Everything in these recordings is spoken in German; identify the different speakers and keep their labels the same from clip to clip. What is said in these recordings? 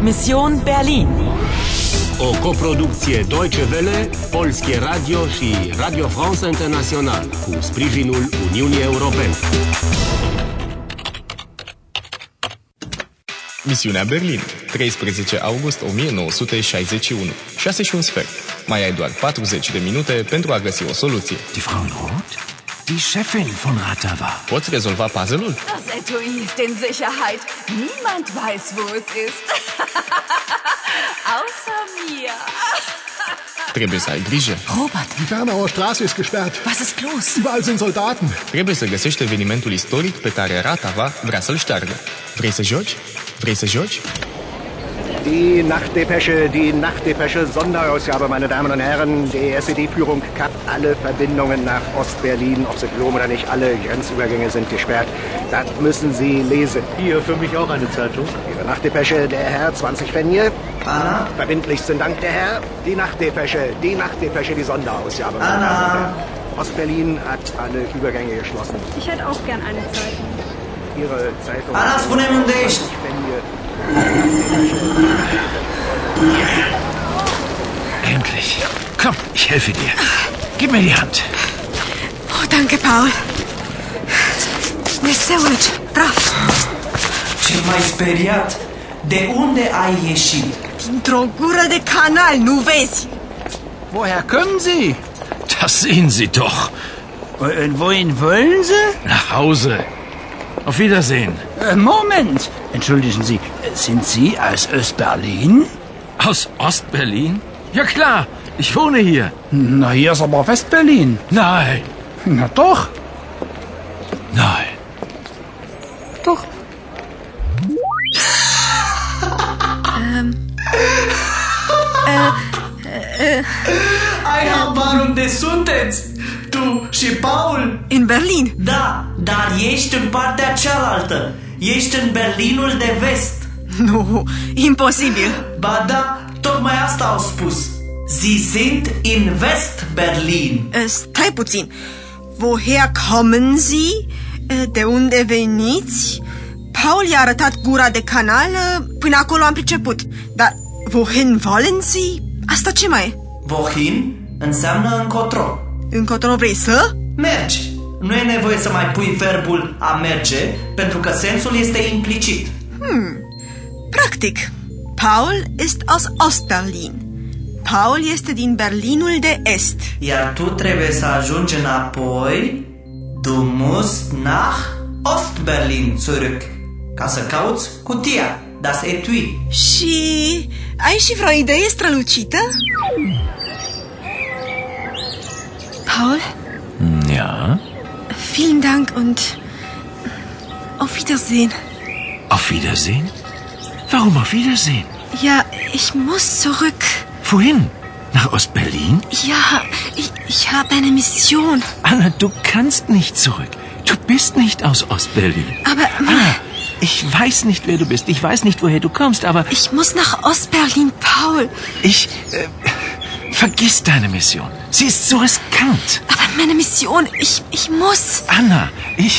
Speaker 1: Mission Berlin.
Speaker 2: O coproducție Deutsche Welle, Polskie Radio și Radio France International cu sprijinul Uniunii Europene.
Speaker 3: Misiunea Berlin, 13 august 1961, 6 și un sfert. Mai ai doar 40 de minute pentru a găsi o soluție.
Speaker 4: Die Frau Roth? Die Chefin von Ratava.
Speaker 3: Poți rezolva puzzle-ul?
Speaker 5: Das Etui ist in Sicherheit. Niemand weiß, wo es ist. Außer mir.
Speaker 3: Trebuie să ai grijă.
Speaker 6: Robert,
Speaker 7: Die Bernauer Straße ist gesperrt.
Speaker 6: was ist los?
Speaker 7: Überall sind Soldaten.
Speaker 3: Trebuie să găsești evenimentul istoric pe care Ratava vrea să-l șteargă. Vrei să joci? Vrei să joci?
Speaker 8: Die Nachtdepesche, die Nachtdepesche, Sonderausgabe, meine Damen und Herren. Die SED-Führung kappt alle Verbindungen nach Ostberlin, ob sie glauben oder nicht. Alle Grenzübergänge sind gesperrt. Das müssen Sie lesen.
Speaker 9: Hier, für mich auch eine Zeitung.
Speaker 8: Ihre Nachtdepesche, der Herr, 20 Pfennige. Anna. Verbindlichsten Dank, der Herr. Die Nachtdepesche, die Nachtdepesche, die Sonderausgabe, meine Damen und Herren. Ostberlin hat alle Übergänge geschlossen.
Speaker 5: Ich hätte auch gern eine Zeitung.
Speaker 8: Ihre Zeitung.
Speaker 6: Alles von dem und ich.
Speaker 8: Pfennige.
Speaker 4: Endlich. Komm, ich helfe dir. Gib mir die Hand.
Speaker 10: Oh, danke, Paul. Meseurici, praf.
Speaker 6: Ce mai speriat? De unde ai ieșit?
Speaker 10: Dintr-o gură de canal, nu vezi?
Speaker 4: Woher kommen Sie? Das sehen Sie doch.
Speaker 9: Und äh, wohin wollen Sie?
Speaker 4: Nach Hause. Auf Wiedersehen.
Speaker 9: Äh, Moment! Entschuldigen Sie, äh, sind Sie aus Ostberlin?
Speaker 4: Aus Ostberlin? Ja klar, ich wohne hier.
Speaker 9: Na, hier ist aber Westberlin.
Speaker 4: Nein,
Speaker 9: Na doch.
Speaker 4: nein.
Speaker 9: Doch.
Speaker 6: Ai habar unde sunteți? Tu și Paul?
Speaker 10: În Berlin.
Speaker 6: Da, dar ești în partea cealaltă. Ești în Berlinul de vest.
Speaker 10: Nu, imposibil.
Speaker 6: Ba da, tocmai asta au spus. Sie sind in West Berlin.
Speaker 10: Äh, Stai puțin. Woher kommen Sie? Äh, De unde veniți? Paul i-a arătat gura de canal, äh, până acolo am priceput. Dar wohin wollen Sie? Asta ce mai e?
Speaker 6: Vohin înseamnă încotro.
Speaker 10: Încotro vrei să?
Speaker 6: Mergi. Nu e nevoie să mai pui verbul a merge, pentru că sensul este implicit.
Speaker 10: Practic, Paul ist aus Ostberlin. Paul este din Berlinul de Est.
Speaker 6: Iar tu trebuie să ajungi înapoi. Du musst nach Ostberlin zurück. Ca să cauți cutia, das etui.
Speaker 10: Și ai și vreo idee strălucită? Paul,
Speaker 4: Ja,
Speaker 10: vielen Dank und auf Wiedersehen.
Speaker 4: auf Wiedersehen? Warum auf Wiedersehen?
Speaker 10: Ja, ich muss zurück.
Speaker 4: Wohin? Nach Ostberlin?
Speaker 10: Ja, ich, ich habe eine Mission.
Speaker 4: Anna, du kannst nicht zurück. Du bist nicht aus Ostberlin.
Speaker 10: Aber
Speaker 4: Anna, ich weiß nicht, wer du bist. Ich weiß nicht, woher du kommst, aber
Speaker 10: ich muss nach Ostberlin, Paul.
Speaker 4: ich... Äh, vergiss deine Mission. Sie ist so riskant.
Speaker 10: Aber meine Mission, ich, ich muss.
Speaker 4: Anna, ich...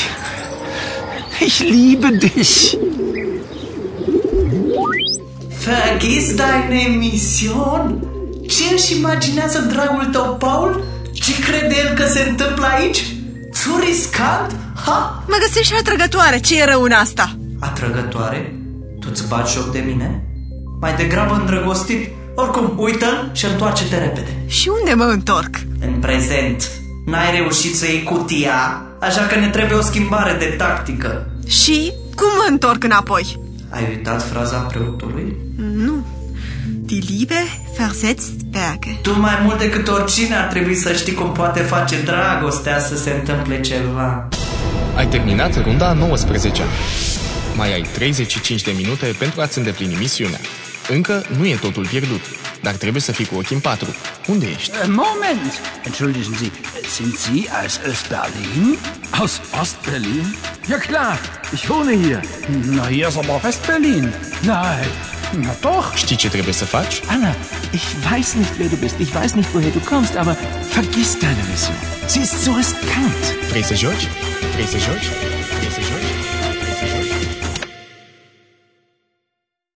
Speaker 4: Ich liebe dich.
Speaker 6: Vergis deine Mission? Ce își imaginează dragul tău, Paul? Ce crede el că se întâmplă aici? Ți-o riscant? Ha!
Speaker 10: Mă găsești atrăgătoare, ce e rău în asta?
Speaker 6: Atrăgătoare? Tu ți bagi joc de mine? Mai degrabă îndrăgostit. Oricum, uită-l și întoarce-te repede.
Speaker 10: Și unde mă întorc?
Speaker 6: În prezent, n-ai reușit să iei cutia, așa că ne trebuie o schimbare de tactică.
Speaker 10: Și cum mă întorc înapoi?
Speaker 6: Ai uitat fraza preotului?
Speaker 10: Die Liebe versetzt Berge.
Speaker 6: Tu mai mult decât oricine ar trebui să știi cum poate face dragostea să se întâmple ceva.
Speaker 3: Ai terminat runda a 19-a. Mai ai 35 de minute pentru a-ți îndeplini misiunea. Încă nu e totul pierdut, dar trebuie să fii cu ochii în patru. Unde ești?
Speaker 9: Äh, Moment! Entschuldigen Sie, äh, sind Sie aus Ostberlin?
Speaker 4: Aus Ostberlin? Ja klar, ich wohne hier.
Speaker 9: Na, hier ist aber Westberlin.
Speaker 4: Nein.
Speaker 9: Na doch.
Speaker 3: Știi ce trebuie să faci?
Speaker 4: Anna, ich weiß nicht, wer du bist. Ich weiß nicht, woher du kommst, aber vergiss deine Mission. Sie ist so riskant.
Speaker 3: Vrei să joci? Vrei să joci?